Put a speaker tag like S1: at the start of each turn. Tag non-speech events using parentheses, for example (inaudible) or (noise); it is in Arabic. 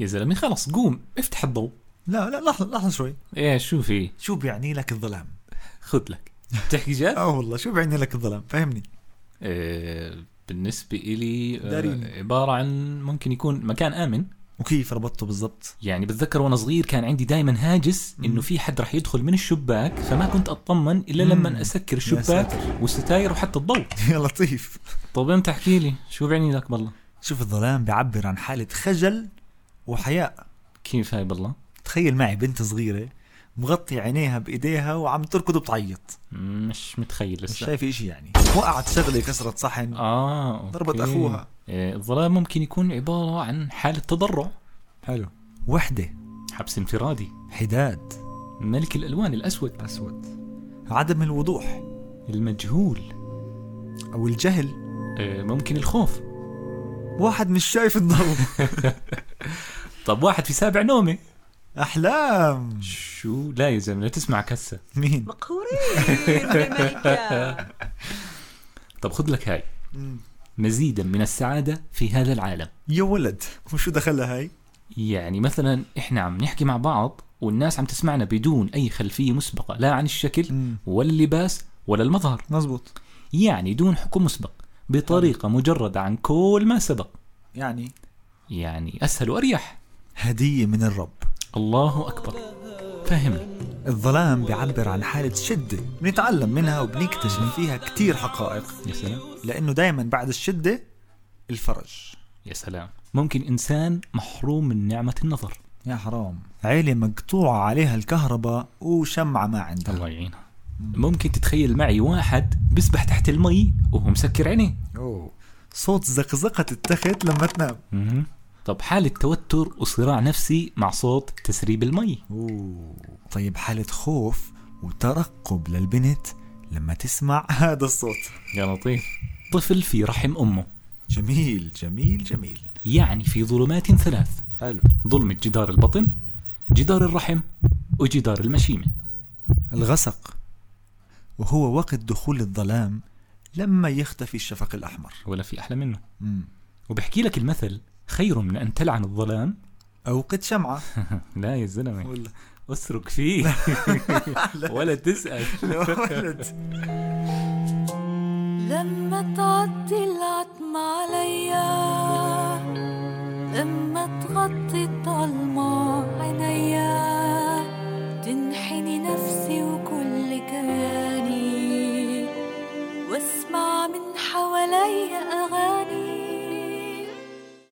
S1: يا زلمه خلص قوم افتح الضوء
S2: لا لا لحظه لحظه شوي
S1: ايه شو في
S2: شو بيعني لك الظلام؟
S1: خذ لك بتحكي (laughs) جد؟
S2: اه والله شو بيعني لك الظلام؟ فهمني
S1: آه، بالنسبة إلي آه،
S2: دارين.
S1: عبارة عن ممكن يكون مكان آمن
S2: وكيف ربطته بالضبط؟
S1: يعني بتذكر وأنا صغير كان عندي دائما هاجس إنه في حد رح يدخل من الشباك فما كنت أطمن إلا
S2: مم.
S1: لما أسكر
S2: ساتر. (laughs)
S1: الشباك والستاير وحتى الضوء
S2: يا لطيف
S1: طب طيب، أنت احكي لي شو بيعني لك بالله
S2: شوف الظلام بيعبر عن حالة خجل وحياء
S1: كيف هاي بالله
S2: تخيل معي بنت صغيرة مغطي عينيها بايديها وعم تركض وبتعيط
S1: مم، مش متخيل
S2: مش
S1: لسه
S2: شايفة اشي يعني وقعت شغلة كسرت صحن
S1: آه أوكي.
S2: ضربت أخوها.
S1: آه، الظلام ممكن يكون عبارة عن حالة تضرع
S2: حلو وحدة
S1: حبس انفرادي
S2: حداد
S1: ملك الألوان الأسود
S2: أسود عدم الوضوح
S1: المجهول
S2: أو الجهل
S1: آه، ممكن الخوف
S2: واحد مش شايف الضوء (laughs)
S1: طب واحد في سابع نومه
S2: أحلام
S1: شو لا يا زلمه لا
S2: (laughs)
S1: تسمعك هسه
S2: مين؟
S3: مقهورين بملكة
S1: (laughs) طب خذ لك هاي
S2: مم.
S1: مزيدا من السعاده في هذا العالم
S2: يا ولد وشو دخلها هاي؟
S1: يعني مثلا احنا عم نحكي مع بعض والناس عم تسمعنا بدون اي خلفيه مسبقه لا عن الشكل
S2: مم.
S1: ولا اللباس ولا المظهر
S2: مزبوط
S1: يعني دون حكم مسبق
S2: طيب.
S1: بطريقه مجرده عن كل ما سبق
S2: يعني
S1: يعني اسهل واريح
S2: هدية من الرب
S1: الله اكبر فهمني
S2: الظلام بيعبر عن حالة شدة بنتعلم منها وبنكتشف فيها كتير حقائق
S1: يا سلام
S2: لأنه دايما بعد الشدة الفرج
S1: يا سلام ممكن انسان محروم من نعمه النظر
S2: يا حرام عيلة مقطوعة عليها الكهرباء وشمعة ما عندها
S1: الله يعينها ممكن تتخيل معي واحد بيسبح تحت المي وهو مسكر عينيه
S2: أوه. صوت زقزقة التخت لما تنام
S1: مهم. طب حالة توتر وصراع نفسي مع صوت تسريب المي
S2: أوه. طيب حالة خوف وترقب للبنت لما تسمع هذا الصوت
S1: يا لطيف طفل في رحم أمه
S2: جميل جميل جميل
S1: يعني في ظلمات ثلاث
S2: حلو
S1: ظلمة جدار البطن جدار الرحم وجدار المشيمة
S2: الغسق وهو وقت دخول الظلام لما يختفي الشفق الأحمر
S1: ولا في أحلى منه
S2: مم.
S1: وبحكي لك المثل خير من أن تلعن الظلام
S2: أوقد شمعة
S1: لا يا زلمة
S2: ولا (laughs)
S1: أسرق فيه ولا تسأل
S2: ولد
S3: لما تعدي العتمة عليا اما تغطي الضلمة عينيا تنحني نفسي وكل كياني واسمع من حواليا اغاني